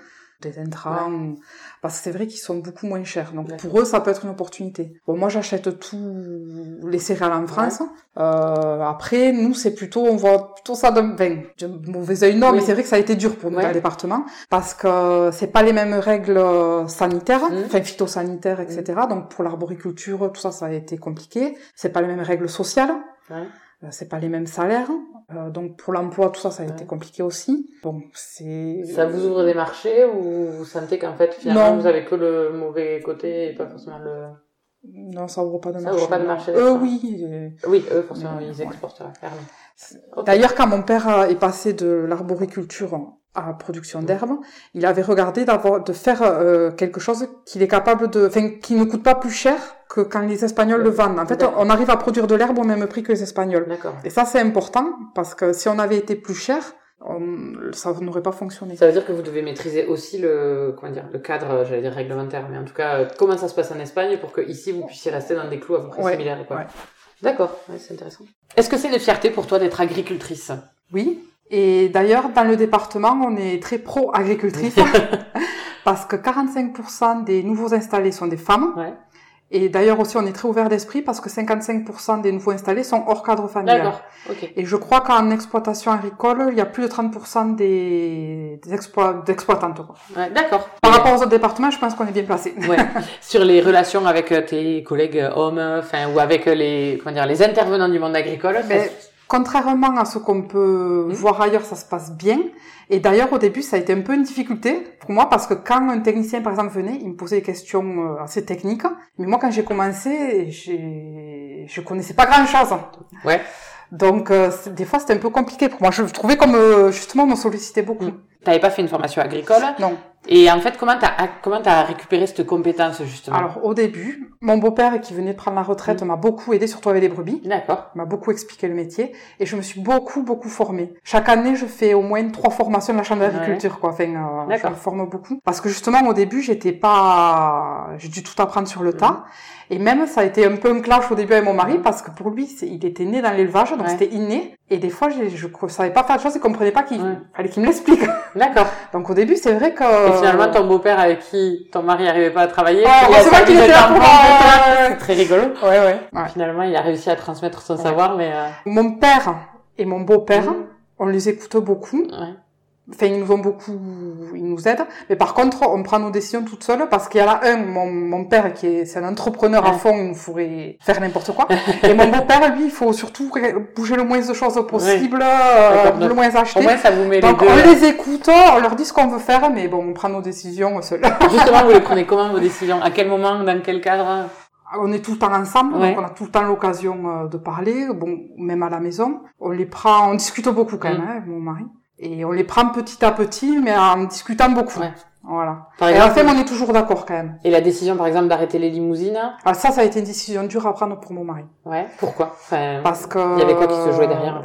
C: des intrants, parce que c'est vrai qu'ils sont beaucoup moins chers. Donc,
B: D'accord.
C: pour eux, ça peut être une opportunité. Bon, moi, j'achète tous les céréales en France. Euh, après, nous, c'est plutôt... On voit plutôt ça d'un ben, d'un mauvais œil, non,
B: Oui.
C: mais c'est vrai que ça a été dur pour nous
B: Ouais.
C: dans le département. parce que c'est pas les mêmes règles euh, sanitaires,
B: Mm.
C: enfin phytosanitaires,
B: Mmh.
C: etc. Donc pour l'arboriculture, tout ça, ça a été compliqué. C'est pas les mêmes règles sociales.
B: Ouais.
C: Euh, c'est pas les mêmes salaires. Euh, donc pour l'emploi, tout ça, ça a
B: Ouais.
C: été compliqué aussi. Bon, c'est...
B: Ça vous ouvre des marchés ou vous sentez qu'en fait, finalement,
C: Non.
B: vous avez que le mauvais côté et pas forcément le.
C: Non, ça ouvre pas de
B: Ça
C: marché.
B: ouvre pas de marché,
C: Eux,
B: d'accord.
C: oui. euh,
B: Oui, eux, forcément,
C: Mais,
B: ils
C: ouais.
B: exporteraient, clairement. Ok.
C: D'ailleurs, quand mon père euh, est passé de l'arboriculture à la production d'herbes, il avait regardé d'avoir de faire euh, quelque chose qu'il est capable de, enfin, qui ne coûte pas plus cher que quand les Espagnols le vendent. En fait,
B: D'accord.
C: on arrive à produire de l'herbe au même prix que les Espagnols.
B: D'accord.
C: Et ça, c'est important parce que si on avait été plus cher, on- ça n'aurait pas fonctionné.
B: Ça veut dire que vous devez maîtriser aussi le, comment dire, le cadre, j'allais dire réglementaire, mais en tout cas, euh, comment ça se passe en Espagne pour que ici vous puissiez rester dans des clous à peu près
C: Ouais,
B: similaires, quoi.
C: ouais.
B: D'accord, ouais, c'est intéressant. Est-ce que c'est une fierté pour toi d'être agricultrice
C: Oui. Et d'ailleurs, dans le département, on est très
B: *laughs*
C: pro-agricultrice parce que 45% des nouveaux installés sont des femmes.
B: Ouais.
C: Et d'ailleurs aussi, on est très ouvert d'esprit parce que 55% des nouveaux installés sont hors cadre familial.
B: D'accord, ok.
C: Et je crois qu'en exploitation agricole, il y a plus de 30% des, des exploit- d'exploitantes. quoi.
B: Ouais, D'accord.
C: Par rapport aux autres départements, je pense qu'on est bien placé.
B: *laughs* Ouais. Sur les relations avec euh, tes collègues euh, hommes, enfin, ou avec euh, les, comment dire, les intervenants du monde agricole,
C: Mais
B: ça-
C: contrairement à ce qu'on peut
B: Mhm.
C: voir ailleurs, ça se passe bien. Et d'ailleurs, au début, ça a été un peu une difficulté pour moi parce que quand un technicien, par exemple, venait, il me posait des questions euh, assez techniques. Mais moi, quand j'ai commencé, j'ai- je connaissais pas grand-chose.
B: Ouais.
C: Donc, euh, c'est- des fois, c'était un peu compliqué pour moi. Je trouvais comme, euh, justement, on me sollicitait beaucoup.
B: t'avais pas fait une formation agricole.
C: Non.
B: Et en fait, comment t'as, comment t'as récupéré cette compétence, justement?
C: Alors, au début, mon beau-père qui venait de prendre la retraite m'a beaucoup aidé, surtout avec les brebis.
B: D'accord.
C: m'a beaucoup expliqué le métier et je me suis beaucoup beaucoup formée. Chaque année, je fais au moins trois formations de la chambre d'agriculture quoi. Enfin, euh, je
B: D'accord.
C: me forme beaucoup parce que justement au début, j'étais pas j'ai dû tout apprendre sur le tas
B: Mm.
C: et même ça a été un peu un clash au début avec mon mari
B: Mhm.
C: parce que pour lui, c'est- il était né dans l'élevage donc
B: Ouais.
C: c'était inné et des fois j'ai- je ne savais pas faire de choses et comprenais pas qu'il
B: Ouais.
C: fallait qu'il me l'explique.
B: D'accord.
C: Donc au début, c'est vrai que
B: Et finalement, ton beau-père avec qui ton mari n'arrivait pas à travailler,
C: Ouais,
B: il a
C: heureusement
B: servi
C: qu'il
B: de
C: était là
B: tampon
C: pour,
B: pour toi.
C: euh,
B: hein. C'est très rigolo.
C: ouais ouais. ouais.
B: Finalement, il a réussi à transmettre son
C: Ouais.
B: savoir, mais euh,
C: Mon père et mon beau-père,
B: Mhm.
C: on les écoute beaucoup.
B: ouais.
C: Enfin, ils nous ont beaucoup, ils nous aident. Mais par contre, on prend nos décisions toutes seules parce qu'il y en a un, mon, mon père, qui est, c'est un entrepreneur à
B: Ouais.
C: fond, il pourrait faire n'importe quoi. Et mon beau-père, lui, il faut surtout bouger le moins de choses possible, euh,
B: D'accord, donc,
C: le moins
B: au
C: acheter.
B: moins ça vous met
C: Donc,
B: les
C: on
B: deux.
C: les écoute, on leur dit ce qu'on veut faire, mais bon, on prend nos décisions seuls.
B: Justement, vous les prenez comment vos décisions À quel moment Dans quel cadre
C: *laughs* On est tout le temps ensemble,
B: Ouais.
C: donc on a tout le temps l'occasion euh, de parler, bon, même à la maison. On les prend, on discute beaucoup quand
B: Mm.
C: même, hein, avec mon mari. Et on les prend petit à petit, mais en discutant beaucoup.
B: Ouais.
C: Voilà.
B: Par
C: Et en
B: exemple,
C: fait, on est toujours d'accord quand même.
B: et la décision, par exemple, d'arrêter les limousines.
C: Alors ça, ça a été une décision dure à prendre pour mon mari.
B: Ouais. Pourquoi Enfin,
C: Parce que...
B: Il y avait quoi qui se jouait derrière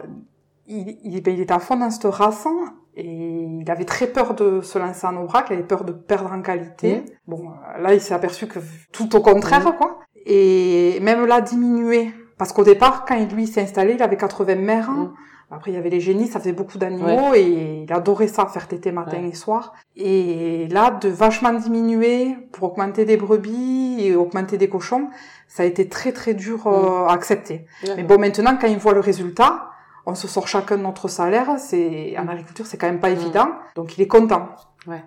C: il, il, ben, il était à fond dans cette race hein, et il avait très peur de se lancer en braque, il avait peur de perdre en qualité.
B: Mhm.
C: Bon, euh, là, il s'est aperçu que tout au contraire, quoi. Et même là, diminué. Parce qu'au départ, quand il- lui il s'est installé, il avait 80 mères. hein.
B: Mhm.
C: Après, il y avait les génies, ça faisait beaucoup d'animaux et il adorait ça, faire tété matin et soir. Et là, de vachement diminuer pour augmenter des brebis et augmenter des cochons, ça a été très très
B: Mm.
C: dur euh, à accepter.
B: D'accord.
C: Mais bon, maintenant, quand ils voient le résultat, on se sort chacun notre salaire. C'est en agriculture, c'est quand même pas évident. Donc, il est content.
B: Mm. Ouais.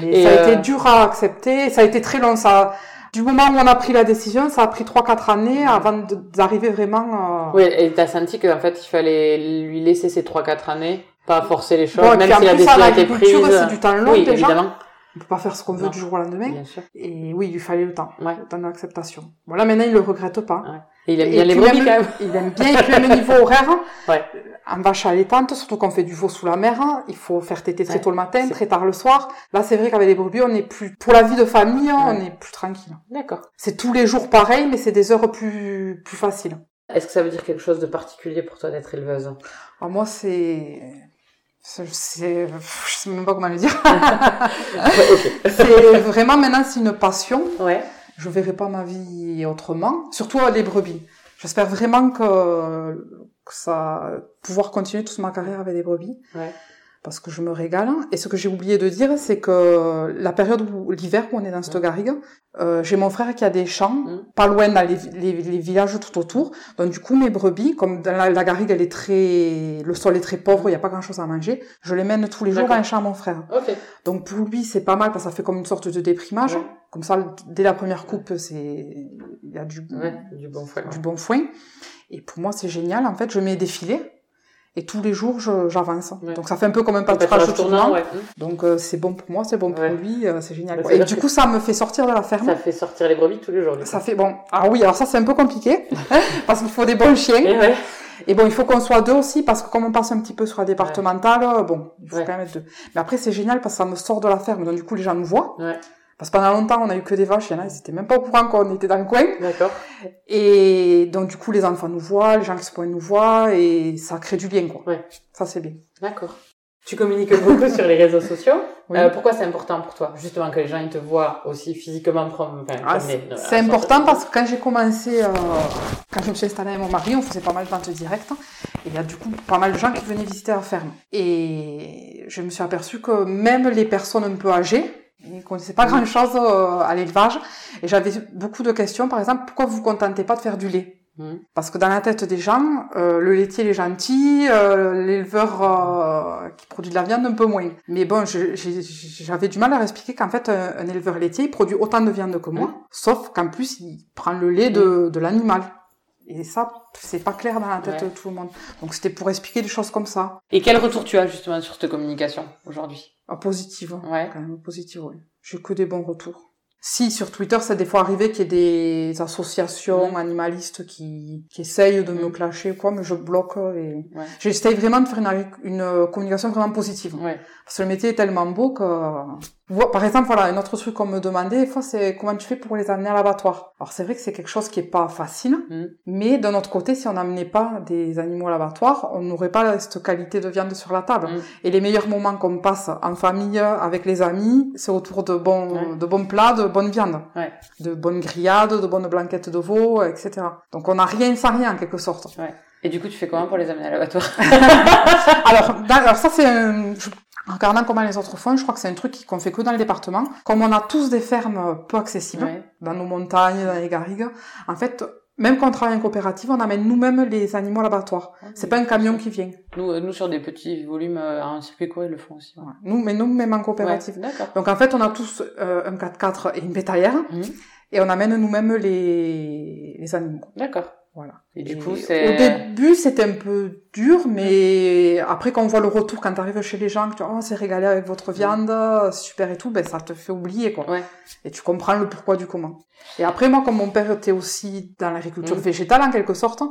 C: Mais
B: Et
C: ça a
B: euh,
C: été dur à accepter. Ça a été très long. Ça, du moment où on a pris la décision, ça a pris trois quatre
B: Mm.
C: années avant de- d'arriver vraiment. euh,
B: Oui, et t'as senti qu'en fait, il fallait lui laisser ces 3-4 années, pas forcer les choses,
C: Bon, et
B: même
C: puis en
B: si la
C: plus, à
B: décision a été
C: l'agriculture, c'est
B: prise.
C: du temps long
B: Oui,
C: déjà.
B: évidemment.
C: On peut pas faire ce qu'on veut
B: Non.
C: du jour au lendemain.
B: Bien sûr.
C: Et oui, il lui fallait le temps,
B: Ouais.
C: le temps d'acceptation. Bon, là, maintenant, il le regrette pas.
B: Et il aime
C: Et
B: bien les
C: puis
B: brebis
C: même-
B: quand même.
C: *laughs* Il aime bien qu'il aime le niveau horaire. Euh,
B: Ouais.
C: En vache allaitante, surtout qu'on fait du veau sous la mer, hein, il faut faire téter très
B: Ouais.
C: tôt le matin,
B: C'est-
C: très tard le soir. Là, c'est vrai qu'avec les brebis, on est plus, pour la vie de famille, hein,
B: Ouais.
C: on est plus tranquille.
B: D'accord.
C: C'est tous les jours pareil, mais c'est des heures plus, plus faciles.
B: Est-ce que ça veut dire quelque chose de particulier pour toi d'être éleveuse
C: Alors moi, c'est, c'est, c'est- je sais même pas comment le dire.
B: *laughs* Ouais, ok.
C: *laughs* C'est vraiment maintenant, c'est une passion.
B: Ouais.
C: je verrai pas ma vie autrement, surtout euh, les brebis. J'espère vraiment que, que ça pouvoir continuer toute ma carrière avec des brebis.
B: Ouais.
C: Parce que je me régale. Et ce que j'ai oublié de dire, c'est que la période où l'hiver où on est dans cette
B: Mhm.
C: garrigue, euh, j'ai mon frère qui a des champs,
B: Mhm.
C: pas loin dans les, les- les villages tout autour. Donc du coup, mes brebis, comme dans la, la garrigue, elle est très, le sol est très pauvre, il n'y a pas grand chose à manger, je les mène tous les jours
B: D'accord.
C: à un champ à mon frère.
B: Ok.
C: Donc pour lui, c'est pas mal parce que ça fait comme une sorte de déprimage.
B: Ouais.
C: Comme ça, dès la première coupe, c'est il y a du,
B: Ouais, du bon foie.
C: du bon foin. Et pour moi, c'est génial. En fait, je mets des filets et tous les jours, je- j'avance.
D: Ouais.
C: Donc, ça fait un peu comme un
D: Pâturage
C: pâturage tournant.
D: ouais.
C: Donc, euh, c'est bon pour moi, c'est bon
D: Ouais.
C: pour lui, euh, c'est génial.
D: Bah,
C: quoi.
D: ça veut
C: Et
D: dire
C: du
D: que-
C: coup, ça me fait sortir de la ferme.
D: Ça fait sortir les brebis tous les jours. du coup.
C: Ça fait bon. Ah oui, alors ça c'est un peu compliqué *laughs* parce qu'il faut des bons
D: Eh
C: chiens.
D: ouais.
C: Et bon, il faut qu'on soit deux aussi parce que comme on passe un petit peu sur la départementale, euh, bon, il faut
D: Ouais.
C: quand même être deux. Mais après c'est génial parce que ça me sort de la ferme, donc du coup les gens nous voient.
D: Ouais.
C: Parce que pendant longtemps on a eu que des vaches, il y en a ils étaient même pas au courant qu'on était dans le coin.
D: D'accord.
C: Et donc du coup les enfants nous voient, les gens qui se pointent nous voient et ça crée du lien quoi.
D: Ouais.
C: Ça c'est bien.
D: D'accord. Tu communiques beaucoup sur les réseaux sociaux.
C: Oui.
D: Euh, pourquoi c'est important pour toi Justement, que les gens ils te voient aussi physiquement prendre. Enfin,
C: Ah,
D: comme
C: c'est
D: les- euh,
C: c'est important parce que quand j'ai commencé, euh, quand je me suis installée avec mon mari, on faisait pas mal de ventes directes. Et il y a du coup pas mal de gens qui venaient visiter la ferme. Et je me suis aperçue que même les personnes un peu âgées, ils ne connaissaient pas
D: Mm.
C: grand chose à l'élevage. Et j'avais beaucoup de questions, par exemple, pourquoi vous vous contentez pas de faire du lait
D: Mhm.
C: Parce que dans la tête des gens, euh, le laitier il est gentil, euh, l'éleveur euh, qui produit de la viande un peu moins. Mais bon, je- j'ai- j'avais du mal à leur expliquer qu'en fait, un, un éleveur laitier, il produit autant de viande que moi, sauf qu'en plus, il prend le lait de, de l'animal. Et ça, c'est pas clair dans la tête
D: Ouais.
C: de tout le monde. Donc c'était pour expliquer des choses comme ça,
D: Et quel retour tu as justement sur cette communication aujourd'hui
C: en positive.
D: Ouais.
C: Quand même positive, oui. J'ai que des bons retours. Si, sur Twitter, c'est des fois arrivé qu'il y ait des associations
D: Mhm.
C: animalistes qui, qui essayent de me
D: Mhm.
C: clasher, ou quoi, mais je bloque euh, et
D: Ouais.
C: j'essaye vraiment de faire une, arg- une euh, communication vraiment positive.
D: Ouais.
C: Parce que le métier est tellement beau que, Voi- par exemple, voilà, un autre truc qu'on me demandait, des fois, c'est comment tu fais pour les amener à l'abattoir. Alors, c'est vrai que c'est quelque chose qui est pas facile,
D: Mhm.
C: mais d'un autre côté, si on n'amenait pas des animaux à l'abattoir, on n'aurait pas cette qualité de viande sur la table.
D: Mhm.
C: Et les meilleurs moments qu'on passe en famille, avec les amis, c'est autour de bons,
D: Ouais.
C: de bons plats, de bonnes viandes.
D: Ouais.
C: De bonnes grillades, de bonnes blanquettes de veau, etc. Donc, on n'a rien sans rien, en quelque sorte.
D: Et du coup, tu fais comment pour les amener à l'abattoir
C: Alors, dans- alors ça c'est un... je- En regardant comment les autres font, je crois que c'est un truc qu'on fait que dans le département. Comme on a tous des fermes peu accessibles,
D: Ouais.
C: dans nos montagnes, dans les garrigues, en fait, même quand on travaille en coopérative, on amène nous-mêmes les animaux à l'abattoir. C'est pas un camion qui vient.
D: Nous, euh, nous sur des petits volumes euh, en circuit court, ils le font aussi. ouais.
C: Voilà. Nous, mais nous-mêmes en coopérative.
D: Ouais, D'accord.
C: Donc en fait, on a tous euh, un 4x4 et une bétaillère,
D: Mhm.
C: et on amène nous-mêmes les... les animaux.
D: D'accord.
C: Voilà.
D: Et du coup,
C: Au
D: c'est.
C: début, c'était un peu dur, mais après, quand on voit le retour, quand t'arrives chez les gens, que tu vois, Oh, on s'est régalé avec
D: Mm.
C: votre viande, super et tout, ben, ça te fait oublier, quoi.
D: Ouais.
C: Et tu comprends le pourquoi du comment. Et après, moi, comme mon père était aussi dans l'agriculture
D: Mm.
C: végétale, en quelque sorte,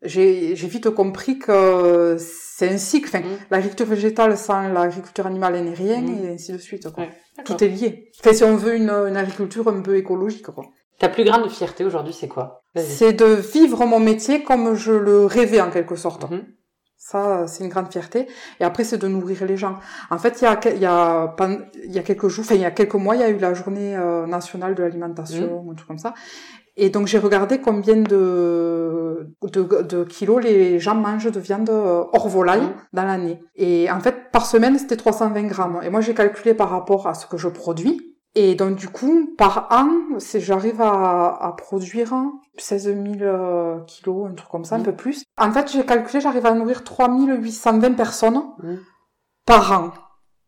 C: j'ai j'ai vite compris que c'est un cycle. Enfin,
D: Mm.
C: l'agriculture végétale sans l'agriculture animale, elle n'est rien,
D: Mm.
C: et ainsi de suite, quoi.
D: Ouais. D'accord.
C: Tout est lié. Enfin, si on veut une, une agriculture un peu écologique, quoi.
D: Ta plus grande fierté aujourd'hui, c'est quoi Vas-y.
C: C'est de vivre mon métier comme je le rêvais en quelque sorte.
D: Mhm.
C: Ça, c'est une grande fierté. Et après, c'est de nourrir les gens. En fait, il y a, que- il y, a, pen- il y a quelques jours, enfin, il y a quelques mois, il y a eu la journée euh, nationale de l'alimentation, un truc comme ça. Et donc, j'ai regardé combien de, de, de kilos les gens mangent de viande euh, hors volaille
D: Mhm.
C: dans l'année. Et en fait, par semaine, c'était 320 grammes. Et moi, j'ai calculé par rapport à ce que je produis. Et donc, du coup, par an, c'est- j'arrive à, à produire 16 000 euh, kilos, un truc comme ça, un
D: Mhm.
C: peu plus. En fait, j'ai calculé, j'arrive à nourrir 3820 personnes
D: Mhm.
C: par an.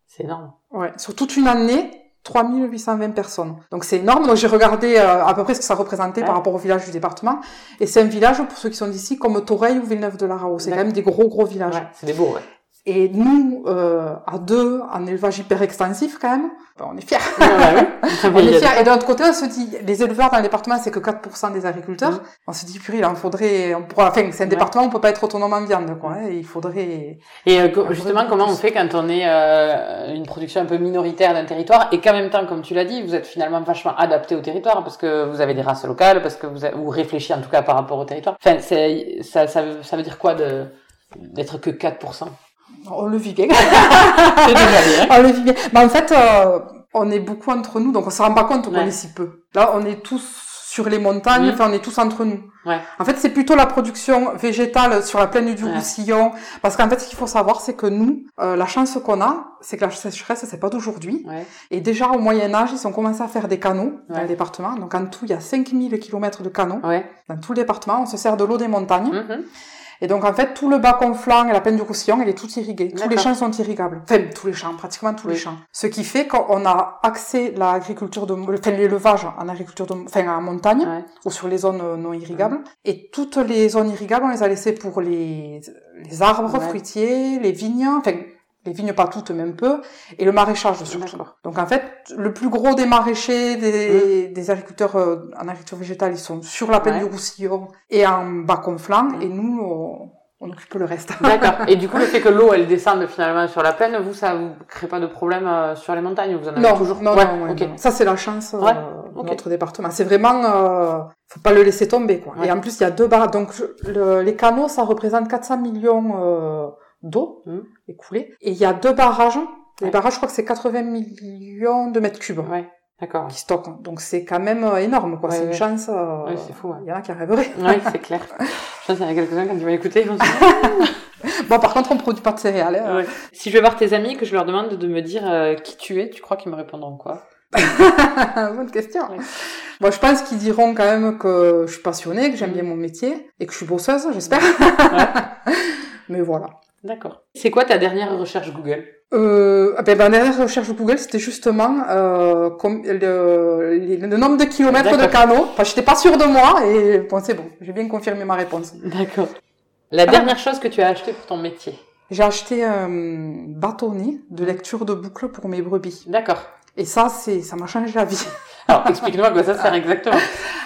D: C'est énorme.
C: Ouais, sur toute une année, 3820 personnes. Donc c'est énorme. Donc j'ai regardé euh, à peu près ce que ça représentait
D: Ouais.
C: par rapport au village du département. Et c'est un village, pour ceux qui sont d'ici, comme Toreil ou Villeneuve-de-la-Rao. C'est quand même des gros, gros villages.
D: Ouais, c'est des beaux,
C: *laughs*
D: ouais.
C: Et nous, euh, à deux, en élevage hyper extensif quand même, ben, on est fiers.
D: Ouais, ouais, ouais.
C: On est fiers. Et d'un autre côté, on se dit, les éleveurs dans le département, c'est que 4% des agriculteurs.
D: Mhm.
C: On se dit, purée, il en faudrait... On pourra... Enfin, c'est un
D: Ouais.
C: département, on peut pas être autonome en viande, quoi. hein. Et il faudrait...
D: Et euh, co-
C: Un vrai
D: justement,
C: beaucoup
D: comment on
C: plus.
D: fait quand on est euh, une production un peu minoritaire d'un territoire et qu'en même temps, comme tu l'as dit, vous êtes finalement vachement adapté au territoire parce que vous avez des races locales, parce que vous, a- vous réfléchissez en tout cas par rapport au territoire. Enfin, c'est- ça, ça, veut- ça veut dire quoi de d'être que 4%
C: On le vit bien.
D: *laughs* C'est déjà bien.
C: *laughs* On le vit bien. Bah, en fait, euh, on est beaucoup entre nous, donc on se rend pas compte qu'on
D: Ouais.
C: est si peu. Là, on est tous sur les montagnes,
D: Mhm.
C: enfin, on est tous entre nous.
D: Ouais.
C: En fait, c'est plutôt la production végétale sur la plaine du
D: Ouais.
C: Roussillon, parce qu'en fait, ce qu'il faut savoir, c'est que nous, euh, la chance qu'on a, c'est que la sécheresse, c'est pas d'aujourd'hui.
D: Ouais.
C: Et déjà, au Moyen-Âge, ils ont commencé à faire des canaux dans
D: Ouais.
C: le département. Donc, en tout, il y a 5000 kilomètres de canaux
D: Ouais.
C: dans tout le département. On se sert de l'eau des montagnes.
D: Mhm.
C: Et donc, en fait, tout le bas conflant et la plaine du Roussillon, elle est toute irriguée. Tous les
D: D'accord.
C: champs sont irrigables. Enfin, tous les champs, pratiquement tous les
D: Oui.
C: champs. Ce qui fait qu'on a axé l'agriculture de, enfin, l'élevage en agriculture de, enfin, en montagne,
D: Ouais.
C: ou sur les zones euh, non irrigables. Et toutes les zones irrigables, on les a laissées pour les, les arbres
D: Ouais.
C: fruitiers, les vignes, enfin, les vignes pas toutes, même peu, et le maraîchage surtout.
D: D'accord.
C: Donc en fait, le plus gros des maraîchers, des, des agriculteurs euh, en agriculture végétale, ils sont sur la plaine
D: Mmh. Ouais.
C: du Roussillon et en bas-conflant,
D: Mm.
C: et nous, on, on occupe le reste.
D: D'accord. Et du coup, le fait que l'eau, elle descende finalement sur la plaine, vous, ça vous crée pas de problème euh, sur les montagnes Vous en avez
C: Non,
D: toujours
C: non,
D: Ouais,
C: non, ouais,
D: ok.
C: non, non. Ça, c'est la chance euh,
D: Ouais,
C: de
D: ok.
C: notre département. C'est vraiment... Euh, faut pas le laisser tomber, quoi.
D: Ouais.
C: Et en plus, il y a deux barres. Donc, je- le- les canaux, ça représente 400 millions euh, d'eau
D: Mhm.
C: écoulée. Et il y a deux barrages. Les
D: Ouais.
C: barrages, je crois que c'est 80 millions de mètres cubes
D: Ouais, d'accord.
C: qui stockent. Donc, c'est quand même euh, énorme, quoi.
D: Ouais,
C: c'est une
D: ouais.
C: chance... euh,
D: Ouais, c'est fou. Ouais,
C: Il y en a qui rêveraient. *laughs*
D: Ouais, c'est clair. *laughs* Je pense qu'il y en a quelques-uns quand ils vont écouter. ils vont se dire,
C: Bon, par contre, on produit pas de céréales. hein.
D: Ouais. Euh, Si je vais voir tes amis, que je leur demande de me dire euh, qui tu es, tu crois qu'ils me répondront quoi
C: *laughs* Bonne question.
D: Ouais.
C: Bon, je pense qu'ils diront quand même que je suis passionnée, que j'aime
D: Mm.
C: bien mon métier et que je suis bosseuse, j'espère. *laughs* Mais voilà.
D: D'accord. C'est quoi ta dernière recherche Google
C: Euh, ah ben, ma dernière recherche Google, c'était justement euh, com- le, le- le nombre de kilomètres de
D: D'accord.
C: canaux. Enfin, j'étais pas sûre de moi et bon, c'est bon, j'ai bien confirmé ma réponse.
D: D'accord. La dernière chose que tu as achetée pour ton métier
C: J'ai acheté un bâtonnet de lecture de boucles pour mes brebis.
D: D'accord.
C: Et ça, c'est, ça m'a changé la vie.
D: Alors, explique-nous à quoi ça sert exactement.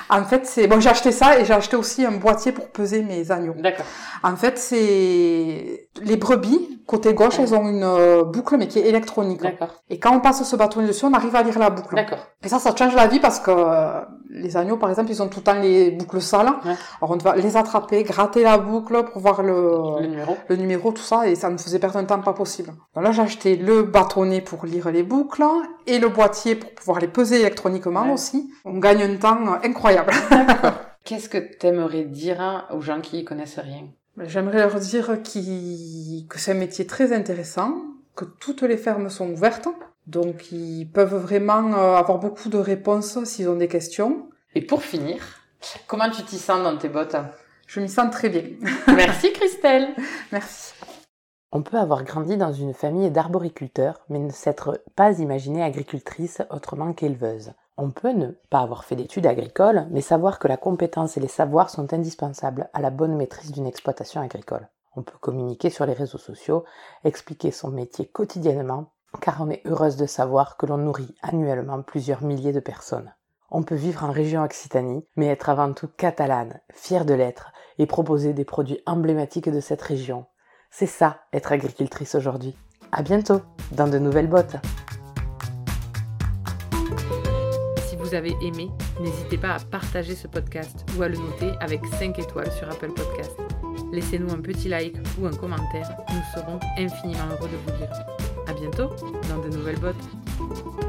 C: En fait, c'est bon, j'ai acheté ça et j'ai acheté aussi un boîtier pour peser mes agneaux.
D: D'accord.
C: En fait, c'est les brebis côté gauche, elles ont une euh, boucle mais qui est électronique.
D: D'accord.
C: Et quand on passe ce bâtonnet dessus, on arrive à lire la boucle.
D: D'accord.
C: Et ça, ça te change la vie parce que euh, les agneaux, par exemple, ils ont tout le temps les boucles sales.
D: Ouais.
C: Alors on va les attraper, gratter la boucle pour voir
D: Le
C: le,
D: numéro
C: le numéro, tout ça, et ça me faisait perdre un temps pas possible. Donc là, j'ai acheté le bâtonnet pour lire les boucles et le boîtier pour pouvoir les peser électroniquement
D: Ouais.
C: aussi. On gagne un temps euh, incroyable.
D: Qu'est-ce que t'aimerais dire hein, aux gens qui y connaissent rien
C: J'aimerais leur dire qu'ils- que c'est un métier très intéressant, que toutes les fermes sont ouvertes, donc ils peuvent vraiment euh, avoir beaucoup de réponses s'ils ont des questions.
D: Et pour finir, comment tu t'y sens dans tes bottes
C: Je m'y sens très bien.
D: Merci Christelle
C: Merci.
B: On peut avoir grandi dans une famille d'arboriculteurs, mais ne s'être pas imaginée agricultrice autrement qu'éleveuse. On peut ne pas avoir fait d'études agricoles, mais savoir que la compétence et les savoirs sont indispensables à la bonne maîtrise d'une exploitation agricole. On peut communiquer sur les réseaux sociaux, expliquer son métier quotidiennement, car on est heureuse de savoir que l'on nourrit annuellement plusieurs milliers de personnes. On peut vivre en région Occitanie, mais être avant tout catalane, fière de l'être, et proposer des produits emblématiques de cette région. C'est ça, être agricultrice aujourd'hui. À bientôt, dans de nouvelles bottes.
A: Si vous avez aimé, n'hésitez pas à partager ce podcast ou à le noter avec 5 étoiles sur Apple Podcast. Laissez-nous un petit like ou un commentaire, nous serons infiniment heureux de vous lire. À bientôt dans de nouvelles bottes.